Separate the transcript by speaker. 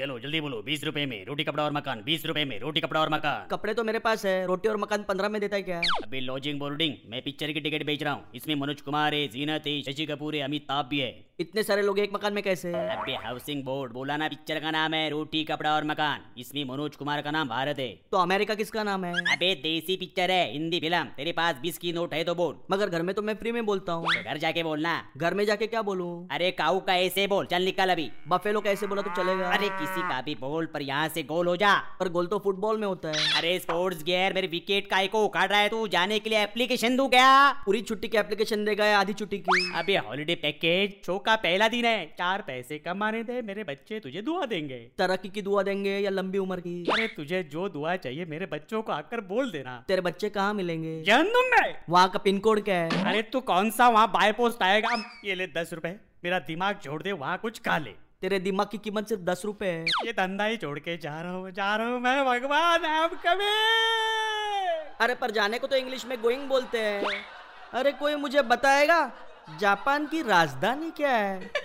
Speaker 1: जल्दी बोलो बीस रुपए में रोटी कपड़ा और मकान बीस रुपए में रोटी कपड़ा और मकान
Speaker 2: कपड़े तो मेरे पास है रोटी और मकान पंद्रह में देता है क्या
Speaker 1: अभी लॉजिंग बोर्डिंग मैं पिक्चर की टिकट बेच रहा हूँ इसमें मनोज कुमार है जीनत है शशि कपूर है अमिताभ भी है
Speaker 2: इतने सारे लोग एक मकान में कैसे
Speaker 1: अबे हाउसिंग बोर्ड बोला ना पिक्चर का नाम है रोटी कपड़ा और मकान इसमें मनोज कुमार का नाम भारत है
Speaker 2: तो अमेरिका किसका नाम है
Speaker 1: अबे देसी पिक्चर है हिंदी फिल्म तेरे पास बीस की नोट है तो बोल
Speaker 2: मगर घर में तो मैं फ्री में बोलता हूँ
Speaker 1: तो घर जाके बोलना
Speaker 2: घर में जाके क्या बोलूँ
Speaker 1: अरे काऊ का ऐसे बोल चल निकल अभी
Speaker 2: बफेलो का ऐसे बोला तो चलेगा
Speaker 1: अरे किसी का भी बोल पर यहाँ से गोल हो जा
Speaker 2: पर गोल तो फुटबॉल में होता है
Speaker 1: अरे स्पोर्ट्स गियर मेरे विकेट का को उखाड़ रहा है तू जाने के लिए एप्लीकेशन दू क्या
Speaker 2: पूरी छुट्टी की एप्लीकेशन देगा या आधी छुट्टी की
Speaker 1: अबे हॉलीडे पैकेज शो का पहला दिन है चार पैसे कमाने दे मेरे बच्चे तुझे दुआ देंगे
Speaker 2: तरक्की की दुआ देंगे या लंबी उम्र की
Speaker 1: अरे तुझे जो दुआ चाहिए मेरे बच्चों को आकर बोल देना
Speaker 2: तेरे बच्चे कहाँ मिलेंगे
Speaker 1: जन्म में
Speaker 2: वहाँ का पिन कोड क्या है
Speaker 1: अरे तू कौन सा वहाँ बाय पोस्ट आएगा ये ले दस रुपए मेरा दिमाग छोड़ दे वहाँ कुछ खा ले
Speaker 2: तेरे दिमाग की कीमत सिर्फ दस रुपए है
Speaker 1: ये धंधा ही छोड़ के जा रहा हूँ जा रहा हूँ मैं भगवान आप कभी
Speaker 2: अरे पर जाने को तो इंग्लिश में गोइंग बोलते हैं अरे कोई मुझे बताएगा जापान की राजधानी क्या है